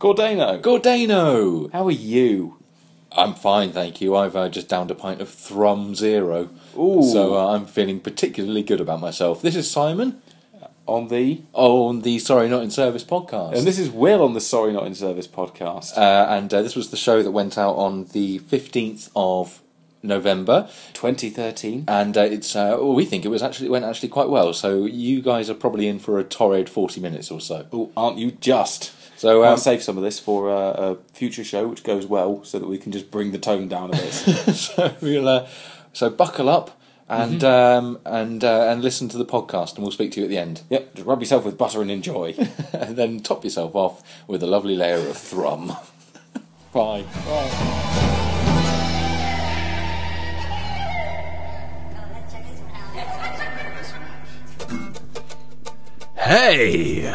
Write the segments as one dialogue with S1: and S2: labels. S1: Gordano,
S2: Gordano!
S1: how are you?
S2: I'm fine, thank you. I've uh, just downed a pint of Thrum Zero.
S1: Ooh.
S2: So uh, I'm feeling particularly good about myself. This is Simon
S1: On the
S2: on the Sorry Not In Service podcast.
S1: and this is Will on the Sorry Not in Service podcast.
S2: uh, and uh, this was the show that went out on the 15th of November.
S1: 2013.
S2: And uh, it's uh, well, we think it was actually it went actually quite well. So you guys are probably in for a torrid 40 minutes or so.
S1: Oh, aren't you just?
S2: So,
S1: I'll
S2: um,
S1: save some of this for uh, a future show, which goes well, so that we can just bring the tone down a bit.
S2: so we'll uh, so buckle up and
S1: Mm-hmm.
S2: um, and uh, and listen to the podcast, and we'll speak to you at the end.
S1: yep, just rub yourself with butter and enjoy.
S2: and then top yourself off with a lovely layer of thrum.
S1: Bye.
S3: Hey!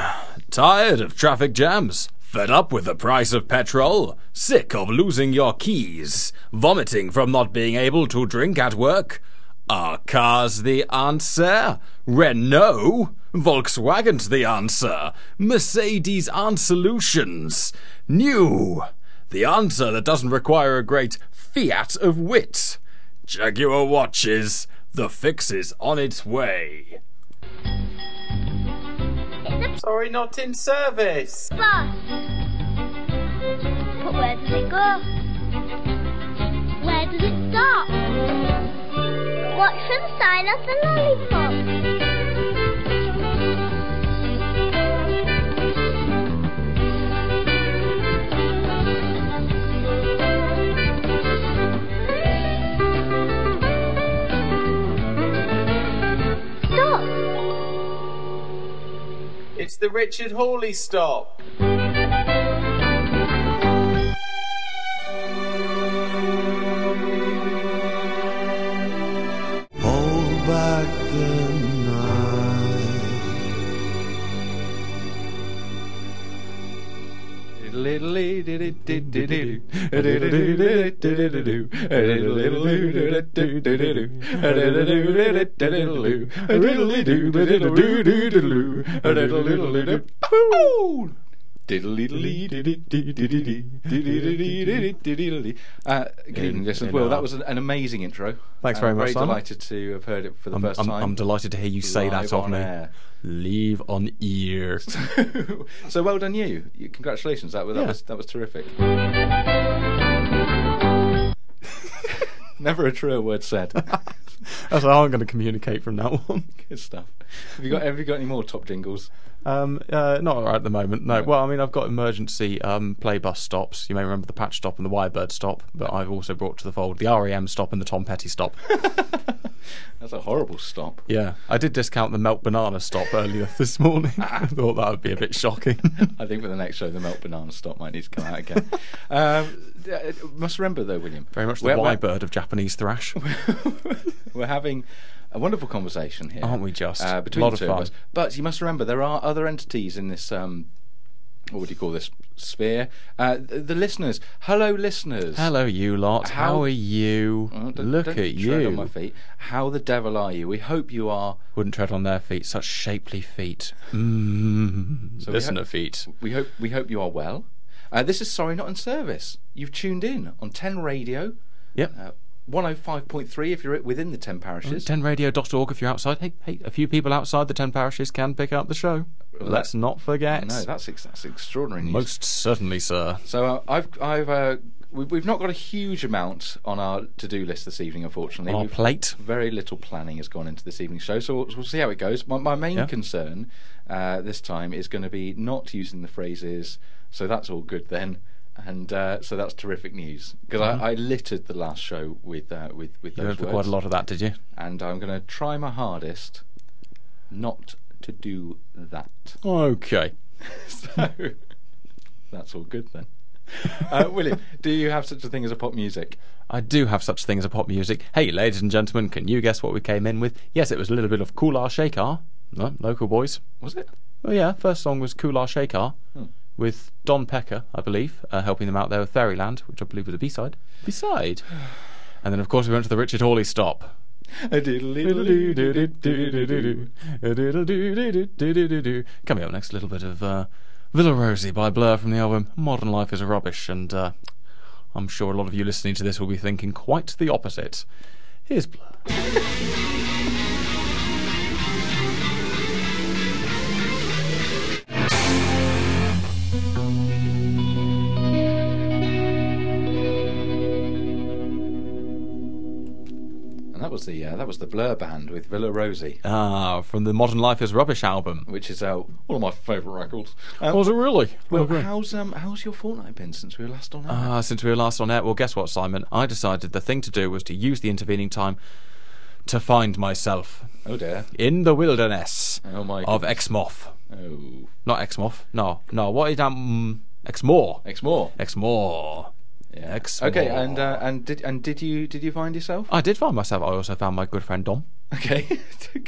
S3: Tired of traffic jams? Fed up with the price of petrol? Sick of losing your keys? Vomiting from not being able to drink at work? Are cars the answer? Renault? Volkswagen's the answer? Mercedes aren't solutions? New! The answer that doesn't require a great fiat of wit. Jaguar watches. The fix is on its way.
S4: Sorry, not in service.
S5: bus. But where does it go? Where does it stop? What's inside of the lollipop? Stop!
S4: It's the Richard Hawley stop.
S6: Hold back the night.
S7: Uh, Uh, good evening, listeners. Well, that was an, an amazing intro.
S8: Thanks
S7: And
S8: very
S7: I'm
S8: much,
S7: Very
S8: Simon.
S7: delighted to have heard it for the
S8: I'm,
S7: 1st
S8: I'm-
S7: time.
S8: I'm delighted to hear you say
S7: live
S8: that of
S7: on
S8: me.
S7: air.
S8: Leave on ear.
S7: so well done, you. You- Congratulations. That, was- that
S8: Yeah.
S7: was that was terrific. Never a truer word said.
S8: That's how I'm going to communicate from now on.
S7: Good stuff. Have you got Have you got any more top jingles?
S8: Um, uh, not right at the moment. No. Well, I mean, I've got emergency um, play bus stops. You may remember the Patch stop and the Wirebird stop, but I've also brought to the fold the REM stop and the Tom Petty stop.
S7: That's a horrible stop.
S8: yeah, I did discount the Melt Banana stop earlier this morning.
S7: Ah.
S8: I thought that would be a bit shocking.
S7: I think for the next show, the melt banana stop might need to come out again. um, uh, must remember though, William.
S8: Very much the
S7: we're- we're-
S8: Wirebird of Japanese thrash.
S7: We're having a wonderful conversation here,
S8: Aren't we just?
S7: Uh, between
S8: Lot
S7: the
S8: of
S7: two
S8: fun.
S7: us. But you must remember there are other entities in this. Um, what would you call this sphere? Uh, the, the listeners. Hello, listeners.
S8: Hello, you lot. How,
S7: How-
S8: are you?
S7: Oh, don't-
S8: Look
S7: don't
S8: at
S7: tread
S8: you.
S7: on my feet. How the devil are you? We hope you are.
S8: Wouldn't tread on their feet. Such shapely feet. Mm.
S7: So we
S8: Listener
S7: hope-
S8: feet.
S7: We hope we hope you are well. Uh, this is sorry, not in service. You've tuned in on Ten Radio.
S8: Yep.
S7: Uh, 105.3 if you're within the 10 parishes.
S8: tenradio.org if you're outside. Hey, hey, a few people outside the 10 parishes can pick up the show. Let's not forget.
S7: No, that's ex- that's extraordinary news.
S8: Most certainly, sir.
S7: So uh, I've I've uh, we, we've not got a huge amount on our to-do list this evening, unfortunately.
S8: On our
S7: We've-
S8: plate.
S7: Very little planning has gone into this evening's show, so we'll, we'll see how it goes. My, my main
S8: Yeah.
S7: concern uh, this time is going to be not using the phrases, so that's all good then. And uh, so that's terrific news because I, I littered the last show with uh, with with
S8: Mm-hmm. You
S7: those
S8: heard for
S7: words,
S8: quite a lot of that, did you?
S7: and I'm going to try my hardest not to do that.
S8: Okay.
S7: So that's all good then. Uh, William, do you have such a thing as a pop music?
S8: I do have such things as pop music. Hey, ladies and gentlemen, can you guess what we came in with? Yes, it was a little bit of Koolar Shakar. No, local boys.
S7: Was it?
S8: Oh, yeah, first song was Koolar Shakar with Don Pecker, I believe, uh, helping them out there with Fairyland, which I believe was a B side. B side. And then, of course, we went to the Richard Hawley stop. Coming up next, a little bit of uh, Villa Rosie by Blur from the album Modern Life is Rubbish, and uh, I'm sure a lot of you listening to this will be thinking quite the opposite. Here's Blur.
S7: And that was the uh, that was the Blur band with Villa Rosie,
S8: Ah, from the Modern Life is Rubbish album.
S7: which is uh, one of my favourite records. Um,
S8: Was it really?
S7: well, how's um how's your fortnight been since we were last on? air?
S8: Ah, since we were last on air, well, guess what, Simon? I decided the thing to do was to use the intervening time to find myself
S7: oh dear.
S8: in the wilderness
S7: Oh my.
S8: of
S7: goodness.
S8: Exmoth.
S7: oh,
S8: Not Exmoth. No, no. What is um Exmoor?
S7: Exmoor.
S8: Exmoor.
S7: Yeah.
S8: Exmoor.
S7: Okay, and uh, and did and did you did you find yourself?
S8: I did find myself. I also found my good friend Dom.
S7: Okay,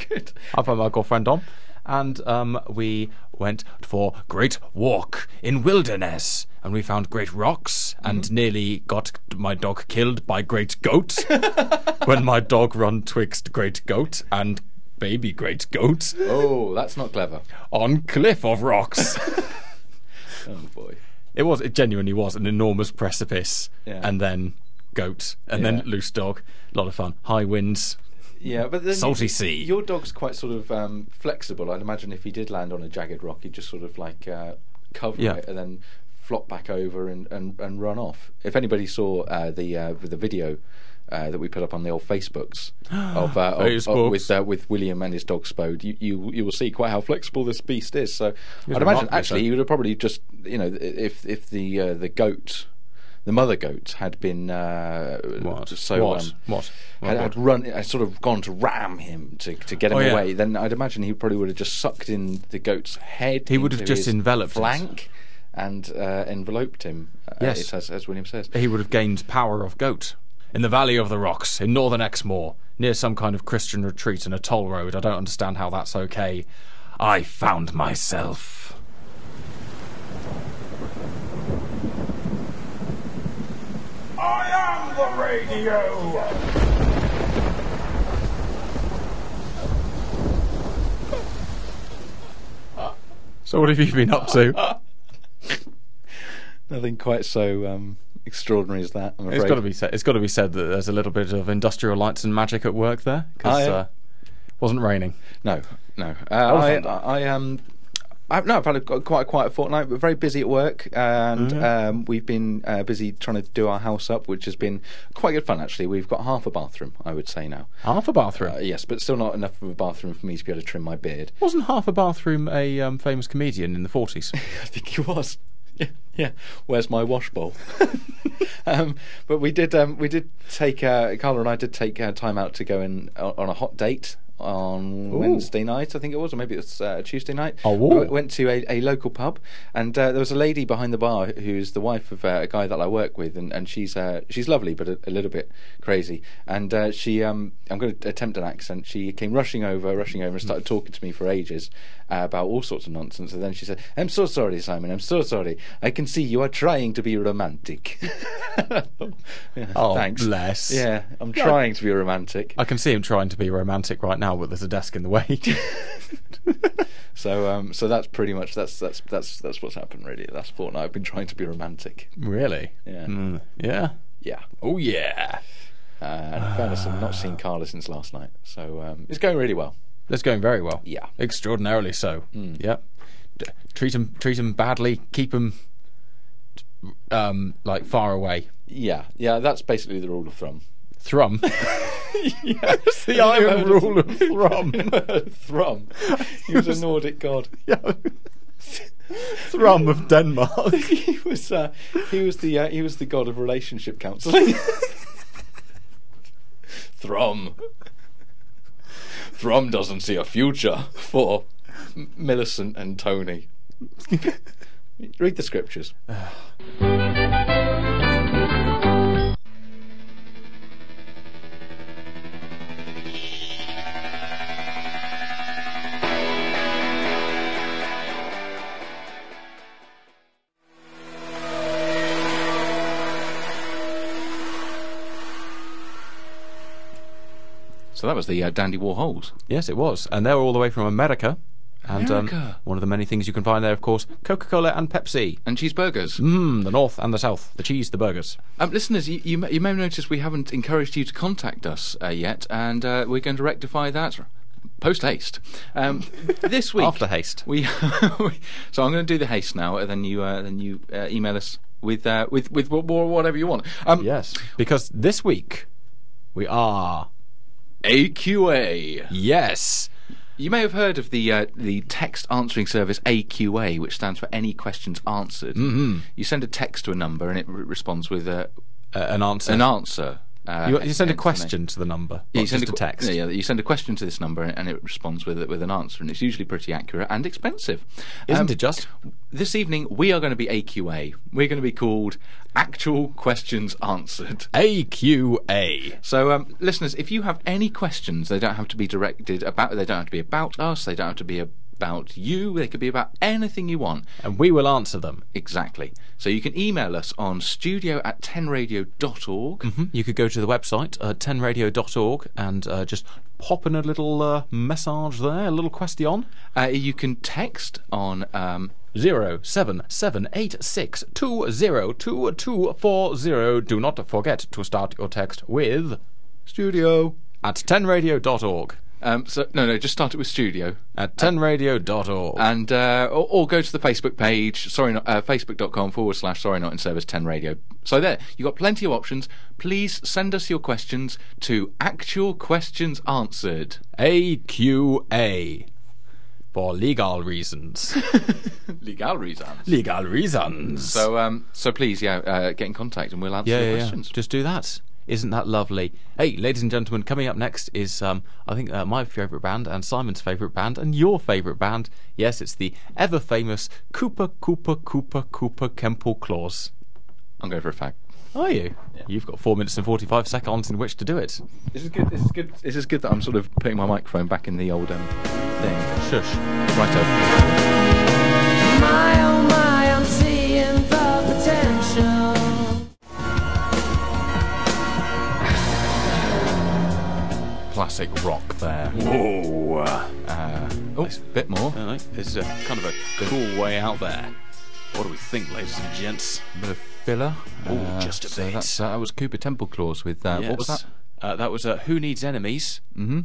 S7: good.
S8: I found my girlfriend Dom, and um, we went for great walk in wilderness, and we found great rocks, and nearly got my dog killed by great goat when my dog run twixt great goat and baby great goat
S7: Oh, that's not clever.
S8: on cliff of rocks.
S7: Oh boy.
S8: it was. It genuinely was an enormous precipice,
S7: Yeah.
S8: and then goat, and
S7: Yeah.
S8: then loose dog. A lot of fun. High winds.
S7: Yeah, but then
S8: Salty sea.
S7: Your dog's quite sort of um, flexible. I'd imagine if he did land on a jagged rock, he'd just sort of like uh, cover
S8: Yeah.
S7: it and then flop back over and, and, and run off. If anybody saw uh, the uh, the video. Uh, that we put up on the old Facebooks of, uh, of- of-
S8: Facebooks.
S7: with uh, with William and his dog Spode, you, you you will see quite how flexible this beast is. So I'd imagine
S8: remarkably
S7: actually
S8: so.
S7: you would have probably just you know if if the uh, the goat, the mother goat had been uh,
S8: What?
S7: so
S8: What?
S7: um,
S8: What? What?
S7: had,
S8: What?
S7: had run, had sort of gone to ram him to, to get him
S8: Oh, yeah.
S7: away, then I'd imagine he probably would have just sucked in the goat's head.
S8: He would have
S7: into
S8: just
S7: his
S8: enveloped it.
S7: flank and uh, enveloped him. uh,
S8: Yes.
S7: it's as, as William says.
S8: he would have gained power of goat. In the Valley of the Rocks, in northern Exmoor, near some kind of Christian retreat and a toll road, I don't understand how that's okay. I found myself.
S9: I am the radio!
S8: So, what have you been up to?
S7: Nothing quite so um, extraordinary as that. I'm afraid.
S8: it's got to be said. It's got to be said that there's a little bit of industrial lights and magic at work there because
S7: Ah, yeah.
S8: uh, it wasn't raining.
S7: No, no. Uh,
S8: was
S7: I,
S8: fun.
S7: I, um, I, no, I've had a, qu- quite a quiet fortnight, but very busy at work, and
S8: Mm-hmm.
S7: um, we've been uh, busy trying to do our house up, which has been quite good fun actually. We've got half a bathroom, I would say now.
S8: Half a bathroom.
S7: Uh, yes, but still not enough of a bathroom for me to be able to trim my beard.
S8: wasn't half a bathroom a um, famous comedian in the 40s?
S7: I think he was. Yeah, yeah. Where's my wash bowl? um, but we did. Um, we did take uh, Carla and I did take uh, time out to go in on on a hot date on Wednesday night. I think it was, or maybe it was uh, Tuesday night.
S8: Oh,
S7: we
S8: whoa.
S7: went- went to a, a local pub, and uh, there was a lady behind the bar who's the wife of uh, a guy that I work with, and, and she's uh, she's lovely, but a, a little bit crazy. And uh, she, um, I'm going to attempt an accent. She came rushing over, rushing over, and started
S8: Hmm.
S7: talking to me for ages uh, about all sorts of nonsense. And then she said, "I'm so sorry, Simon. I'm so sorry. I can see you are trying to be romantic." Yeah,
S8: Oh, bless.
S7: Yeah, I'm trying to be romantic.
S8: I can see him trying to be romantic right now, but there's a desk in the way.
S7: So, um, so that's pretty much that's that's that's that's what's happened really. That's fortnight. I've been trying to be romantic.
S8: really?
S7: Yeah.
S8: Mm, yeah.
S7: Yeah.
S8: Oh yeah.
S7: Uh, and in fairness, I've not seen Carla since last night, so um, it's going really well.
S8: That's going very well.
S7: Yeah.
S8: extraordinarily so. Yeah, D- treat them badly, keep them um, like far away.
S7: Yeah, yeah, that's basically the rule of thumb.
S8: Thrum,
S7: Yes,
S8: the iron rule of thrum.
S7: thrum. He was a Nordic god.
S8: Thrum of Denmark.
S7: he was uh, he was the uh, he was the god of relationship counselling. Thrum. Thrum doesn't see a future for M- Millicent and Tony. Read the scriptures. So that was the uh, Dandy Warhols.
S8: yes, it was, and they were all the way from America. And um, one of the many things you can find there, of course, Coca Cola and Pepsi.
S7: and cheeseburgers.
S8: Mmm, the North and the South, the cheese, the burgers.
S7: Um, listeners, you, you, may, you may have noticed we haven't encouraged you to contact us uh, yet, and uh, we're going to rectify that post haste. Um, this week,
S8: After haste.
S7: we so I'm going to do the haste now, and then you uh, then you uh, email us with uh, with with wh- wh- whatever you want. Um,
S8: Because this week, we are.
S7: AQA.
S8: Yes.
S7: You may have heard of the uh, the text answering service AQA, which stands for Any Questions Answered. Mm-hmm. You send a text to a number, and it re- responds with a
S8: Uh, an answer.
S7: an answer. Uh,
S8: you, you send a
S7: hence the name.
S8: question to the number.
S7: Yeah,
S8: not
S7: you send a,
S8: just a,
S7: que-
S8: text.
S7: Yeah, yeah, you send a question to this number, and it responds with with an answer, and it's usually pretty accurate and expensive.
S8: Isn't
S7: Um,
S8: it just?
S7: This evening, we are going to be AQA. We're going to be called Actual Questions Answered.
S8: Eh? AQA.
S7: So, um, listeners, if you have any questions, they don't have to be directed about. They don't have to be about us. They don't have to be about you. They could be about anything you want.
S8: And we will answer them.
S7: Exactly. So you can email us on studio at tenradio.org.
S8: You could go to the website, uh, 10radio.org, and uh, just pop in a little uh, message there, a little question.
S7: Uh, you can text on. Um,
S8: Zero seven seven eight six two zero two two four zero. Do not forget to start your text with
S7: Studio.
S8: at 10radio.org.
S7: Um, so no, no, just start it with studio,
S8: At 10radio.org.
S7: and uh, or, or go to the Facebook page. Sorry, not, uh, facebook.com forward slash sorry not in service ten radio. So there, you have got plenty of options. Please send us your questions to actual questions answered.
S8: AQA. For legal reasons.
S7: Legal reasons.
S8: legal reasons.
S7: So um, so please yeah, uh, get in contact and we'll answer
S8: yeah,
S7: your
S8: yeah, yeah.
S7: questions.
S8: Just do that. Isn't that lovely? Hey, ladies and gentlemen, coming up next is, um, I think, uh, my favourite band and Simon's favourite band and your favourite band. Yes, it's the ever famous Cooper, Cooper, Cooper, Cooper Kempel Clause.
S7: I'm going for a fag.
S8: Are you? You've got four minutes and 45 seconds in which to do it.
S7: This is good. This is good. This is good that I'm sort of putting my microphone back in the old um, thing. uh,
S8: Shush. Right
S10: My oh my, I'm seeing the potential.
S8: Classic rock there.
S7: Oh, a bit more.
S8: Alright, this is a kind of a cool way out there. What do we think, ladies and gents?
S7: bit of filler.
S8: Ooh, just a
S7: so
S8: bit.
S7: That's, uh, that was Cooper Temple Clause with uh, what was
S8: Yes.
S7: that?
S8: Uh, that was uh, Who Needs Enemies. Mm-hmm.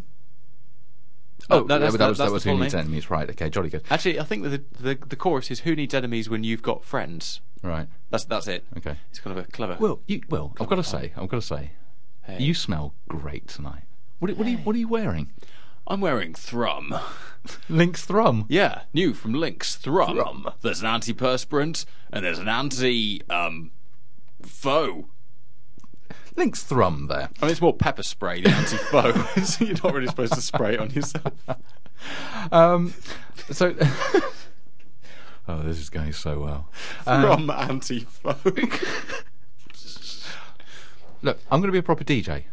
S7: Oh,
S8: Oh,
S7: yeah, but
S8: no, that's, that,
S7: that was
S8: that's
S7: that was
S8: the
S7: Who
S8: full
S7: Needs
S8: name.
S7: Enemies, right? Okay, jolly good.
S8: Actually, I think the, the the chorus is "Who needs enemies when you've got friends."
S7: Right.
S8: That's that's it.
S7: Okay.
S8: it's kind of a clever.
S7: Well, you well, I've got
S8: uh,
S7: to say, I've got to say, you smell great tonight. What are- what are you what are you wearing?
S8: I'm wearing Thrum.
S7: Link's thrum.
S8: Yeah, new from Lynx Thrum. There's an antiperspirant and there's an anti um foe.
S7: Link's thrum there.
S8: I mean, it's more pepper spray than anti foe. You're not really supposed to spray it on yourself.
S7: Um, so. oh, this is going so well.
S8: Thrum anti foe.
S7: Look, I'm going to be a proper DJ.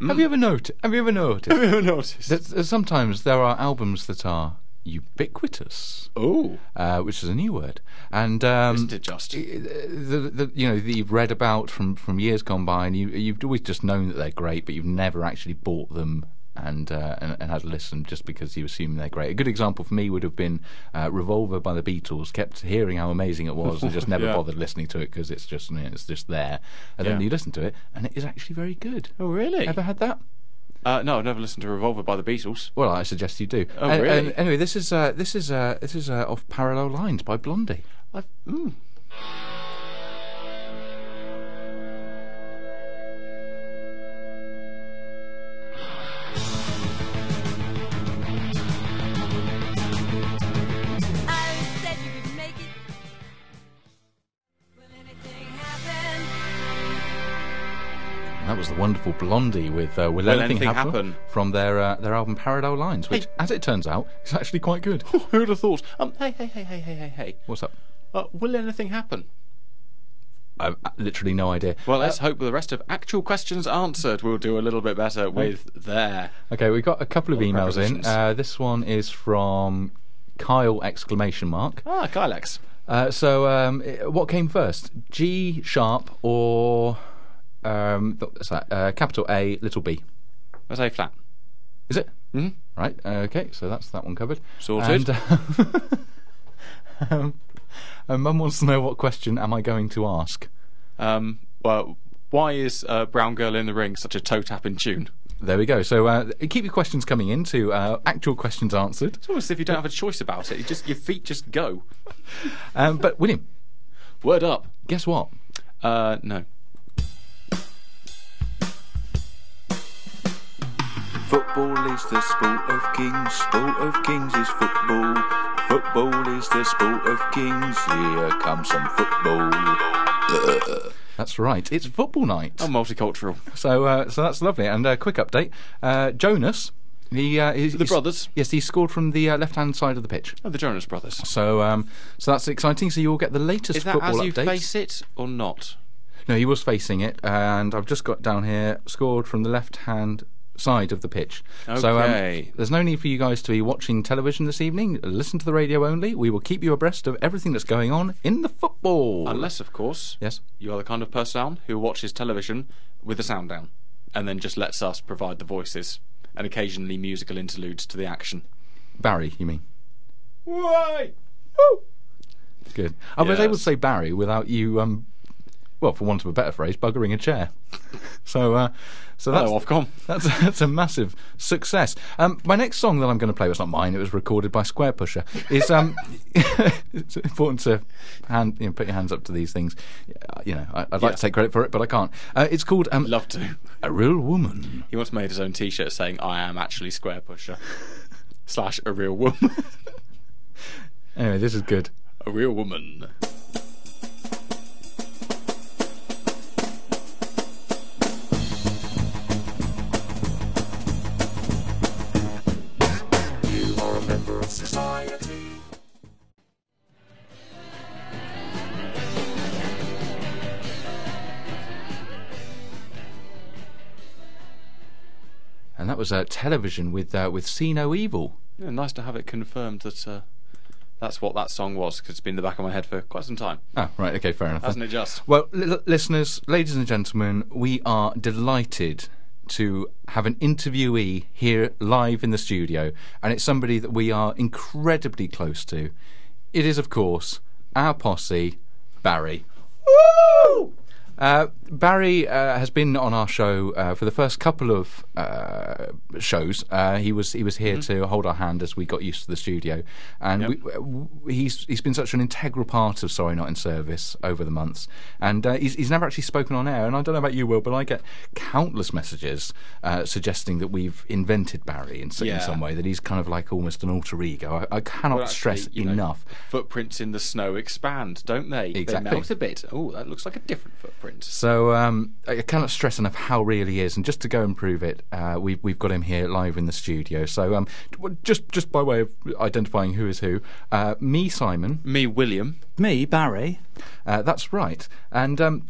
S7: Have you ever noticed? Have you ever noticed?
S8: Who noticed?
S7: that that sometimes there are albums that are ubiquitous.
S8: Oh,
S7: uh, which is a new word. And um,
S8: Isn't it just?
S7: The, the, you know, that you've read about from, from years gone by, and you, you've always just known that they're great, but you've never actually bought them and uh, and, and had listened just because you assume they're great. A good example for me would have been uh, Revolver by the Beatles. Kept hearing how amazing it was, and just never bothered listening to it because it's just you know, it's just there. And then
S8: Yeah.
S7: you listen to it, and it is actually very good.
S8: Oh, really?
S7: Ever had that?
S8: Uh, no, I've never listened to Revolver by the Beatles.
S7: Well, I suggest you do.
S8: Oh,
S7: And-
S8: really?
S7: and anyway, this is uh, this is uh, this is uh, off Parallel Lines by Blondie.
S8: I've, mm.
S10: I said you could make it. Will anything happen?
S7: That was the wonderful Blondie with uh, "Will, Anything,
S8: Anything
S7: happen?
S8: Happen?
S7: from their uh, their album Parallel Lines, which, as it turns out, is actually quite good.
S8: Who'd have thought? Um, hey, hey, hey, hey, hey, hey, hey.
S7: What's up?
S8: Uh, will anything happen?
S7: I've uh, literally no idea.
S8: Well, let's hope the rest of actual questions answered will do a little bit better with there.
S7: Okay, we've got a couple of
S8: Lot of
S7: emails in.
S8: prepositions.
S7: Uh, this one is from Kyle! Exclamation mark.
S8: Ah, Kylex.
S7: Uh, so, um, i- what came first, G sharp or um, th- what's that? Uh, capital A, little b?
S8: That's A flat.
S7: Is it?
S2: Mhm.
S7: Right. Okay. So that's that one covered.
S2: Sorted.
S7: And, uh, um, and Mum wants to know what question am I going to ask?
S2: Um, well, why is uh, Brown Girl in the Ring such a toe tapping tune?
S7: There we go. So uh, keep your questions coming in to uh, actual questions answered.
S2: It's almost as if you don't have a choice about it. You just your feet just go.
S7: Um, but William,
S2: Word up.
S7: guess what?
S2: Uh, no.
S11: Football is the sport of kings, sport of kings is football. Football is the sport of kings, here comes some football.
S7: That's right. It's football night.
S2: I'm multicultural.
S7: So uh, so that's lovely. And a uh, quick update. Uh, Jonas. He, uh, he's,
S2: The brothers.
S7: Yes, he scored from the uh, left-hand side of the pitch.
S2: Oh, the Jonas Brothers.
S7: So, um, so that's exciting. So you'll get the latest
S2: Is that
S7: football
S2: as you
S7: updates.
S2: face it or not?
S7: No, he was facing it, and I've just got down here scored from the left hand side of the pitch. So um,
S2: Okay.
S7: there's no need for you guys to be watching television this evening. Listen to the radio only. We will keep you abreast of everything that's going on in the football.
S2: Unless, of course,
S7: Yes.
S2: you are the kind of person who watches television with the sound down and then just lets us provide the voices and occasionally musical interludes to the action.
S7: Barry, you mean?
S2: Why?
S7: Good. I was able to
S2: Yes.
S7: say Barry without you. Um, well, for want of a better phrase, buggering a chair. so, uh, so that's
S2: Hello, Ofcom.
S7: That's that's a massive success. Um, my next song that I'm going to play was not mine; it was recorded by Square Pusher. Is um, it's important to hand you know, put your hands up to these things. Uh, You know, I, I'd like
S2: Yeah.
S7: to take credit for it, but I can't. Uh, it's called um,
S2: Love to.
S7: a real woman.
S2: He once made his own t shirt saying, I am actually Square Pusher. Slash a real woman.
S7: Anyway, this is good.
S2: a real woman.
S7: And that was uh, television with uh, with See No Evil.
S2: Yeah, nice to have it confirmed that uh, that's what that song was, 'cause it's been in the back of my head for quite some time,
S7: Ah, right. Okay, fair enough.
S2: hasn't it? Just
S7: Well, li- listeners, ladies and gentlemen, we are delighted to have an interviewee here live in the studio, and it's somebody that we are incredibly close to. It is, of course, our posse, Barry. Woo! Uh, Barry uh, has been on our show uh, for the first couple of uh, shows. Uh, he was he was here
S2: Mm-hmm.
S7: to hold our hand as we got used to the studio, and we, uh, w- he's he's been such an integral part of Sorry Not in Service over the months, and uh, he's he's never actually spoken on air. And I don't know about you, Will, but I get countless messages uh, suggesting that we've invented Barry in, s- in
S2: Yeah.
S7: some way that he's kind of like almost an alter ego. I, I cannot
S2: Well, actually,
S7: stress
S2: you know,
S7: enough.
S2: footprints in the snow expand, don't they?
S7: Exactly.
S2: They melt a bit. Oh, that looks like a different footprint.
S7: So um, I cannot stress enough how real he is, and just to go and prove it, uh, we've we've got him here live in the studio. So um, t- well, just just by way of identifying who is who, uh, me Simon,
S2: Me, William.
S12: Me, Barry.
S7: uh, that's right, and um,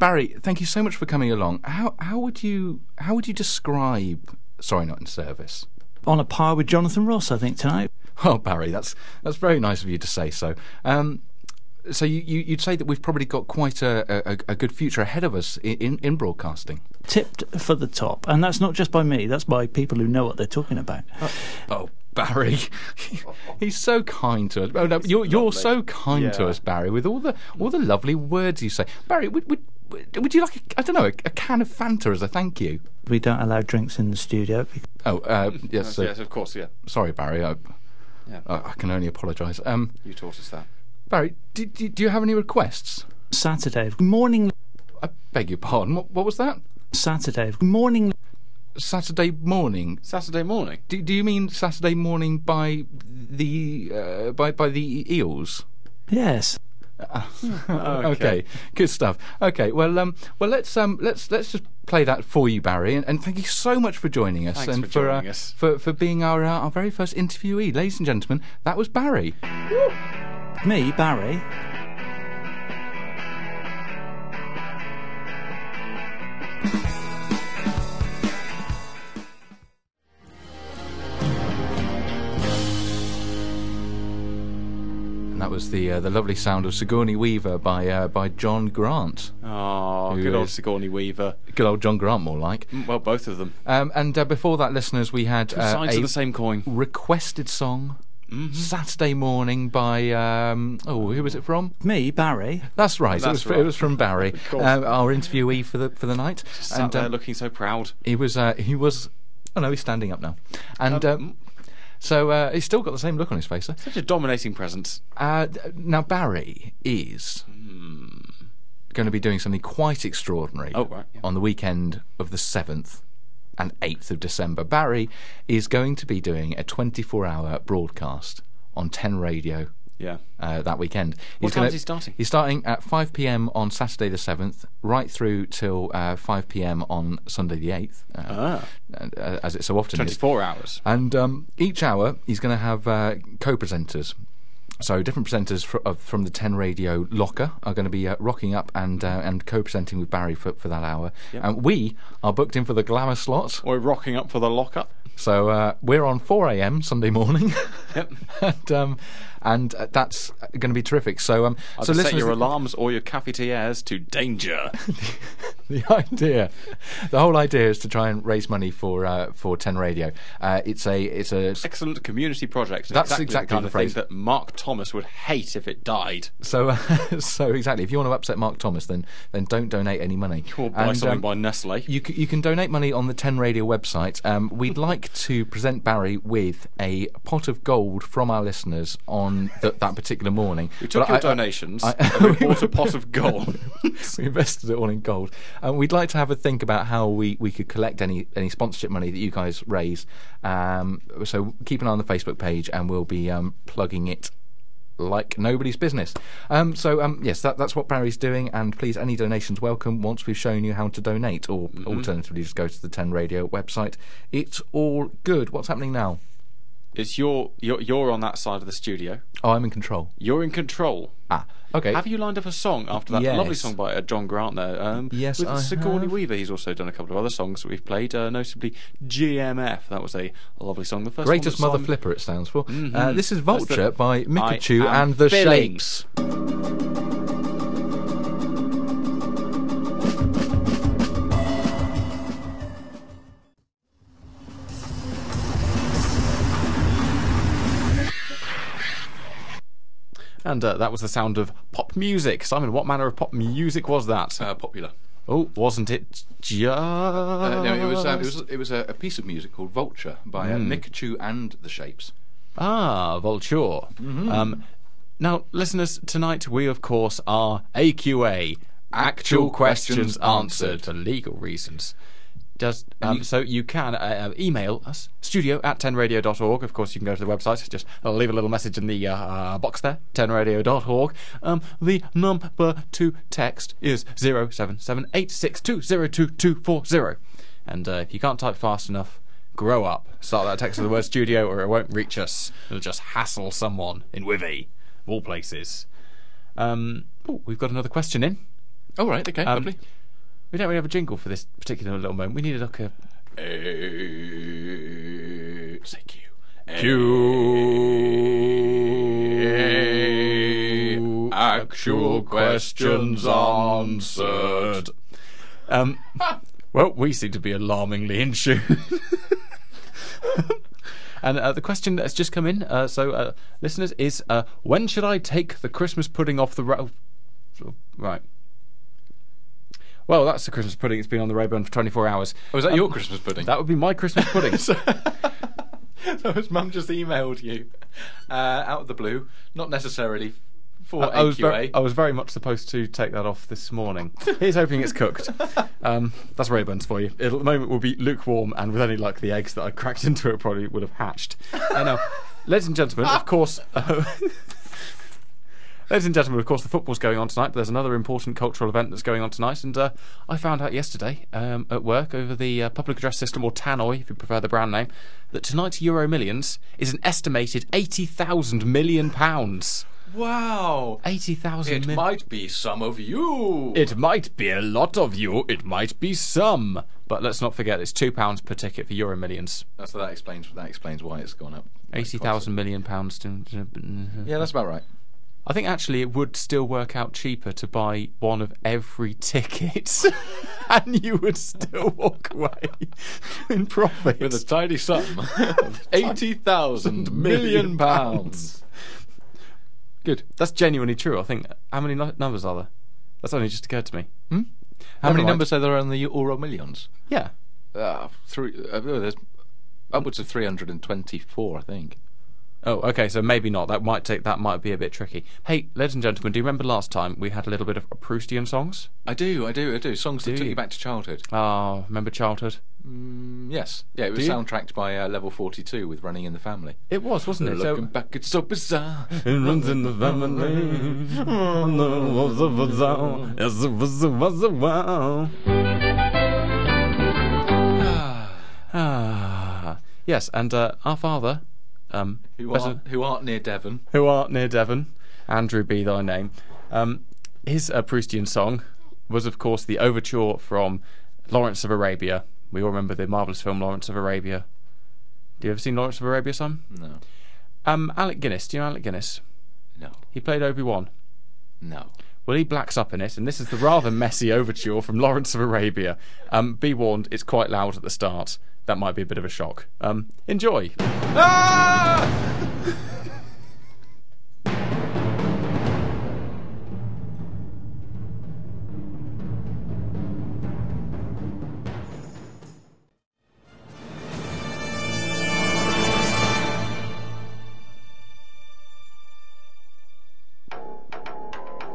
S7: Barry, thank you so much for coming along. How how would you how would you describe Sorry Not in Service?
S12: On a par with Jonathan Ross, I think, tonight.
S7: Oh Barry, that's that's very nice of you to say so. Um, so you, you you'd say that we've probably got quite a, a, a good future ahead of us i- in in broadcasting.
S12: Tipped for the top. And that's not just by me, that's by people who know what they're talking about.
S7: Oh, Barry, he's so kind to us. Oh, no, you're you're so kind to us, Barry, with all the all the lovely words you say. Barry, would would, would you like a, I don't know a, a can of Fanta as a thank you?
S12: We don't allow drinks in the studio.
S7: Oh, uh, yes, uh,
S2: yes, of course, yeah.
S7: sorry, Barry. I,
S2: Yeah.
S7: I, I can only apologise. Um,
S2: You taught us that.
S7: Barry, do, do, do you have any requests?
S12: Saturday morning,
S7: I beg your pardon. What what was that?
S12: Saturday morning.
S7: Saturday morning.
S2: Saturday morning.
S7: Do, do you mean Saturday morning by the uh, by by the eels?
S12: Yes.
S7: okay. good stuff. Okay, well, um, well, let's um, let's let's just play that for you, Barry, and, and thank you so much for joining us
S2: Thanks
S7: and
S2: for
S7: uh,
S2: joining us.
S7: for for being our uh, our very first interviewee, ladies and gentlemen. That was Barry.
S12: Me, Barry.
S7: And that was the uh, the lovely sound of Sigourney Weaver by uh, by John Grant.
S8: Oh,
S7: Who
S8: good old
S7: is-
S8: Sigourney Weaver.
S7: Good old John Grant, more like.
S8: Mm, Well, both of them.
S7: Um, and uh, before that, listeners, we had uh,
S8: sides
S7: a
S8: of the Mm-hmm. same coin.
S7: requested song. Saturday morning by um, oh who was it from?
S12: Me, Barry.
S7: That's right. it,
S8: That's
S7: was, it
S8: right.
S7: was from Barry,
S8: course.
S7: um, our interviewee for the for the night.
S8: Sat
S7: And,
S8: there
S7: um,
S8: looking so proud.
S7: he was uh, he was oh no he's standing up now and
S8: Oh.
S7: um, so uh, he's still got the same look on his face though.
S8: Such a dominating presence.
S7: uh, th- now Barry is going to be doing something quite extraordinary
S8: Hmm. Oh, right, yeah.
S7: on the weekend of the 7th and 8th of December Barry is going to be doing a 24 hour broadcast on 10 radio
S8: Yeah.
S7: uh, that weekend.
S8: What
S7: gonna-
S8: time's he starting?
S7: He's starting at 5 p.m. on Saturday the 7th, right through till uh, 5 p.m. on Sunday the 8th, uh,
S8: Ah.
S7: and, uh, as it so often is.
S8: 24 hours.
S7: And um, each hour, he's going to have uh, co-presenters. So different presenters fr- of, from the Ten Radio Locker are going to be uh, rocking up and uh, and co-presenting with Barry for, for that hour. And we are booked in for the glamour slot.
S8: We're rocking up for the lockup.
S7: So uh, we're on 4 a.m. Sunday morning.
S8: Yep.
S7: and um, and uh, that's going to be terrific. So um, so
S8: So set
S7: listeners,
S8: your alarms or your cafetiers to danger.
S7: the idea, the whole idea is to try and raise money for uh, for Ten Radio. Uh, it's a it's a
S8: Excellent community project.
S7: That's
S8: exactly
S7: exactly
S8: the kind
S7: the
S8: of
S7: phrase.
S8: thing that Mark Thomas would hate if it died.
S7: So, uh, so exactly. If you want to upset Mark Thomas, then then don't donate any money.
S8: Or buy
S7: And,
S8: something
S7: um,
S8: by Nestle.
S7: You c- you can donate money on the Ten Radio website. Um, we'd like to present Barry with a pot of gold from our listeners on th- that particular morning.
S8: we took
S7: But
S8: your
S7: I- I-
S8: donations
S7: I-
S8: and we bought a pot of gold.
S7: we invested it all in gold. And we'd like to have a think about how we, we could collect any, any sponsorship money that you guys raise. Um, so keep an eye on the Facebook page and we'll be um, plugging it like nobody's business. Um, so, um, yes, that, that's what Barry's doing. And please, any donations welcome once we've shown you how to donate, or
S8: Mm-hmm.
S7: alternatively, just go to the 10 Radio website. It's all good. What's happening now?
S8: It's your, you're, you're on that side of the studio.
S7: Oh, I'm in control.
S8: You're in control.
S7: Ah, okay.
S8: Have you lined up a song after that
S7: Yes.
S8: lovely song by uh, John Grant there? Um,
S7: Yes,
S8: with
S7: I
S8: Sigourney
S7: have.
S8: Weaver. He's also done a couple of other songs that we've played, uh, notably GMF. That was a lovely song. The first one
S7: Greatest
S8: that
S7: Mother
S8: Simon-
S7: Flipper, it stands for. Uh, this is
S8: Mm-hmm. That's the-
S7: Vulture by Mikachu
S8: I am
S7: and the
S8: feeling.
S7: Shakes.
S8: And uh, that was the sound of pop music. Simon, what manner of pop music was that?
S3: Uh, popular.
S8: oh, wasn't it just.
S3: Uh, no, it was um, it was it was a, a piece of music called Vulture by uh, Mikachu and the Shapes.
S8: Ah, Vulture. Um, now, listeners, tonight we, of course, are AQA. Actual
S3: Actual
S8: questions
S3: questions
S8: answered
S3: answered.
S8: for legal reasons. Just um, so you can uh, uh, email us studio at tenradio.org. Of course, you can go to the website. Just leave a little message in the uh, uh, box there, tenradio.org. Um, the number to text is zero seven seven eight six two zero two two four zero. And uh, if you can't type fast enough, grow up. Start that text with the word studio, or it won't reach us. It'll just hassle someone in Wivy, of all places. Um, oh, we've got another question in.
S3: Oh right, okay,
S8: Um,
S3: lovely.
S8: We don't really have a jingle for this particular little moment. We needed like a
S3: Uh, say Q.
S8: Q.
S3: Actual questions answered.
S8: Um, well, we seem to be alarmingly in tune. and uh, the question that's just come in, uh, so uh, listeners, is uh, when should I take the Christmas pudding off the ra- oh, right? Well, that's the Christmas pudding. It's been on the Rayburn for 24 hours.
S3: Oh, is that
S8: Um,
S3: your Christmas pudding?
S8: That would be my Christmas pudding.
S3: so his mum just emailed you uh, out of the blue, not necessarily for
S8: I, I was
S3: AQA.
S8: very, I was very much supposed to take that off this morning. Here's hoping it's cooked. Um, that's Rayburn's for you. It'll, at the moment will be lukewarm, and with any luck, the eggs that I cracked into it probably would have hatched. And now, ladies and gentlemen, of course. uh, Ladies and gentlemen, of course, the football's going on tonight, but there's another important cultural event that's going on tonight. And uh, I found out yesterday um, at work over the uh, public address system, or TANOI, if you prefer the brand name, that tonight's Euro Millions is an estimated £80,000 million. pounds.
S3: wow.
S8: Eighty thousand.
S3: It might be some of you.
S8: It might be a lot of you. It might be some. But let's not forget, it's two pounds per ticket for Euro Millions.
S3: That's, that explains that explains why it's gone up.
S8: Eighty thousand million pounds. To, to-
S3: Yeah, that's about right. I think actually it would still work out cheaper to buy one of every ticket, and you would still walk away in profit
S7: with a tidy sum of eighty thousand million pounds.
S3: Good. That's genuinely true. I think. How many nu- numbers are there? That's only just occurred to me.
S7: Hmm? How
S3: Never
S7: many
S3: mind.
S7: numbers are there on the Euro Millions?
S3: Yeah.
S7: Uh, three. Uh, oh, there's upwards of three hundred and twenty-four, I think.
S3: Oh, okay. So maybe not. That might take. That might be a bit tricky. Hey, ladies and gentlemen, do you remember last time we had a little bit of Proustian songs?
S7: I do, I do, I do. Songs
S3: Do
S7: that took
S3: you?
S7: you back to childhood.
S3: Oh, remember childhood?
S7: Mm, yes, yeah. It was
S3: Do you?
S7: soundtracked by uh, Level Forty Two with Running in the Family.
S3: It was, wasn't it?
S7: Looking
S3: So,
S7: back, it's so bizarre.
S3: it runs in the Oh, family. Ah, yes, and uh, our father, um,
S7: Who
S3: better-
S7: aren't, Uh, who aren't near Devon?
S3: who art near Devon, Andrew be thy name. Um, his uh, Proustian song was, of course, the overture from Lawrence of Arabia. We all remember the marvelous film Lawrence of Arabia. Do you ever seen Lawrence of Arabia, Sam?
S7: No,
S3: Um, Alec Guinness. Do you know Alec Guinness?
S7: no,
S3: He played Obi Wan.
S7: no.
S3: Well, he blacks up in it, and this is the rather messy overture from Lawrence of Arabia. Um, be warned, it's quite loud at the start. That might be a bit of a shock. Um, enjoy.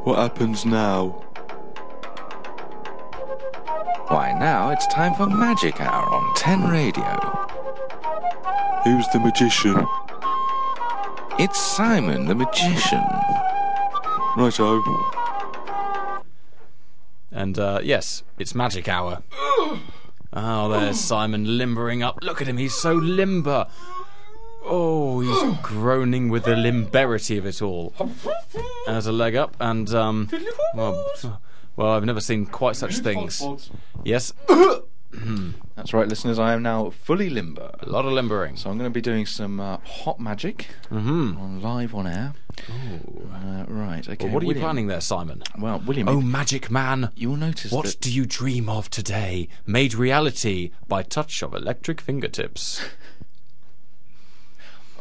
S13: What happens now?
S14: Why, now it's time for Magic Hour on 10 Radio.
S13: Who's the magician?
S14: It's Simon the Magician.
S13: Righto.
S3: And uh, yes, it's magic hour.
S15: Oh, there's Simon limbering up. Look at him, he's so limber.
S3: Oh, he's groaning with the limberity of it all. Has a leg up, and um, well, well, I've never seen quite such things. Yes,
S7: That's right, listeners. I am now fully limber,
S3: a lot of limbering.
S7: so I'm going to be doing some uh, hot magic
S3: Mm-hmm.
S7: on live on air. Uh, right. Okay.
S3: Well, what are you
S7: William-
S3: planning there, Simon?
S7: Well, William.
S3: Oh,
S7: if-
S3: magic man!
S7: you'll notice
S3: What
S7: that
S3: do you dream of today? Made reality by touch of electric fingertips.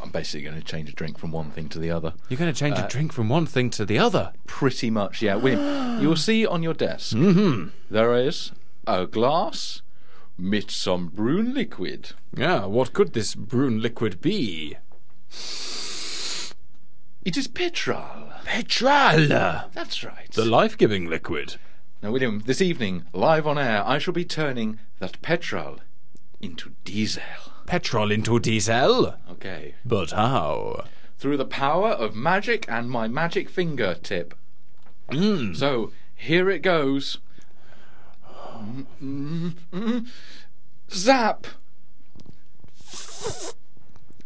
S7: I'm basically going to change a drink from one thing to the other.
S3: You're going to change
S15: Uh,
S3: a drink from one thing to the other.
S7: Pretty much, yeah. William, you'll see on your desk there is a glass mit some brune liquid.
S15: Yeah, what could this brune liquid be?
S7: It is petrol.
S15: Petrol!
S7: That's right.
S15: The life giving liquid.
S7: Now, William, this evening, live on air, I shall be turning that petrol into diesel.
S15: Petrol into diesel?
S7: Okay.
S15: But how?
S7: Through the power of magic and my magic fingertip. So, here it goes. Mm, mm, mm. Zap!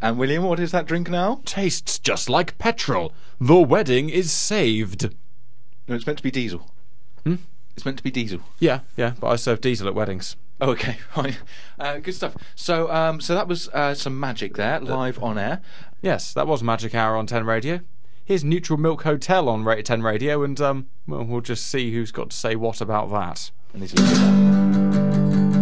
S7: And, William, what is that drink now?
S15: Tastes just like petrol. The wedding is saved.
S7: No, it's meant to be diesel. It's meant to be diesel.
S3: Yeah, yeah, but I serve diesel at weddings.
S7: Oh, okay, fine. Uh, good stuff. So, um, so that was uh, some magic there, live on air.
S3: Yes, that was Magic Hour on 10 Radio. Here's Neutral Milk Hotel on Ra- 10 Radio, and um, well, we'll just see who's got to say what about that.
S7: And these are good stuff.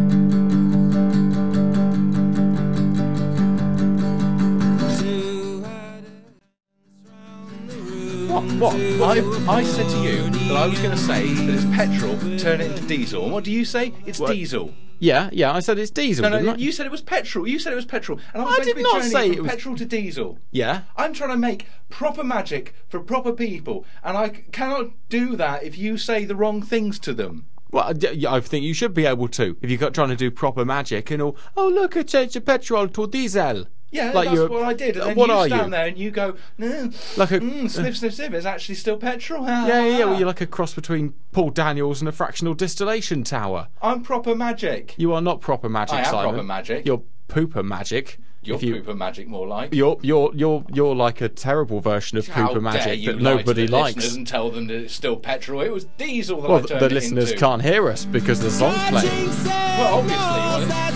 S7: What? What? I, I said to you that I was going to say that it's petrol, turn it into diesel. And what do you say? It's diesel.
S3: Yeah, yeah, I said it's diesel.
S7: No, no,
S3: didn't I?
S7: you said it was petrol. You said it was petrol. And I was
S3: I
S7: meant to
S3: did
S7: be
S3: not
S7: turning
S3: say
S7: it
S3: it
S7: from
S3: was-
S7: petrol to diesel.
S3: Yeah.
S7: I'm trying to make proper magic for proper people, and I c- cannot do that if you say the wrong things to them.
S3: Well, I d- I think you should be able to if you're trying to do proper magic and all. Oh, look, I changed the petrol to diesel.
S7: Yeah,
S3: Like
S7: that's
S3: you're-
S7: what I did. And
S3: Uh,
S7: then
S3: what
S7: you
S3: are
S7: stand
S3: you?
S7: there and you go, mm,
S3: Like a- uh,
S7: mm, sniff, sniff, sniff. It's actually still petrol.
S3: Yeah, yeah, yeah. Well, you're like a cross between Paul Daniels and a fractional distillation tower.
S7: I'm proper magic.
S3: You are not proper magic,
S7: I am
S3: Simon.
S7: proper magic.
S3: You're pooper magic.
S7: You're
S3: If you-
S7: pooper magic, more like.
S3: You're you're you're you're like a terrible version of
S7: How
S3: pooper
S7: dare
S3: magic
S7: you
S3: that
S7: lie
S3: nobody
S7: to the
S3: likes.
S7: listeners and tell them that it's still petrol. It was diesel that
S3: Well,
S7: I
S3: th-
S7: turned
S3: the
S7: it
S3: listeners
S7: into.
S3: can't hear us because the song's playing.
S7: Well, obviously, well, it's-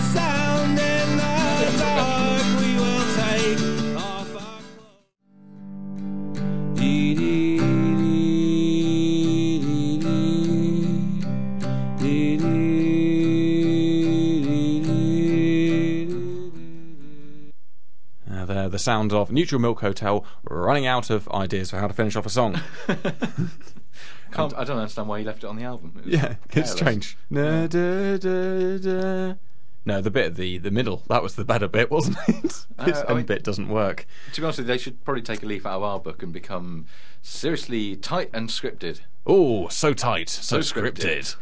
S16: Dee dee.
S4: the sound of Neutral Milk Hotel running out of ideas for how to finish off a song.
S7: Can't, I don't understand why you left it on the album. It was
S4: yeah, it's
S7: careless.
S4: strange. Na, da, da, da. No, the bit at the the middle that was the better bit, wasn't it?
S7: Uh,
S4: this
S7: I
S4: end
S7: mean-
S4: bit doesn't work.
S7: To be honest with you, they should probably take a leaf out of our book and become seriously tight and scripted.
S4: Oh, so tight, so,
S7: So
S4: scripted.
S7: scripted.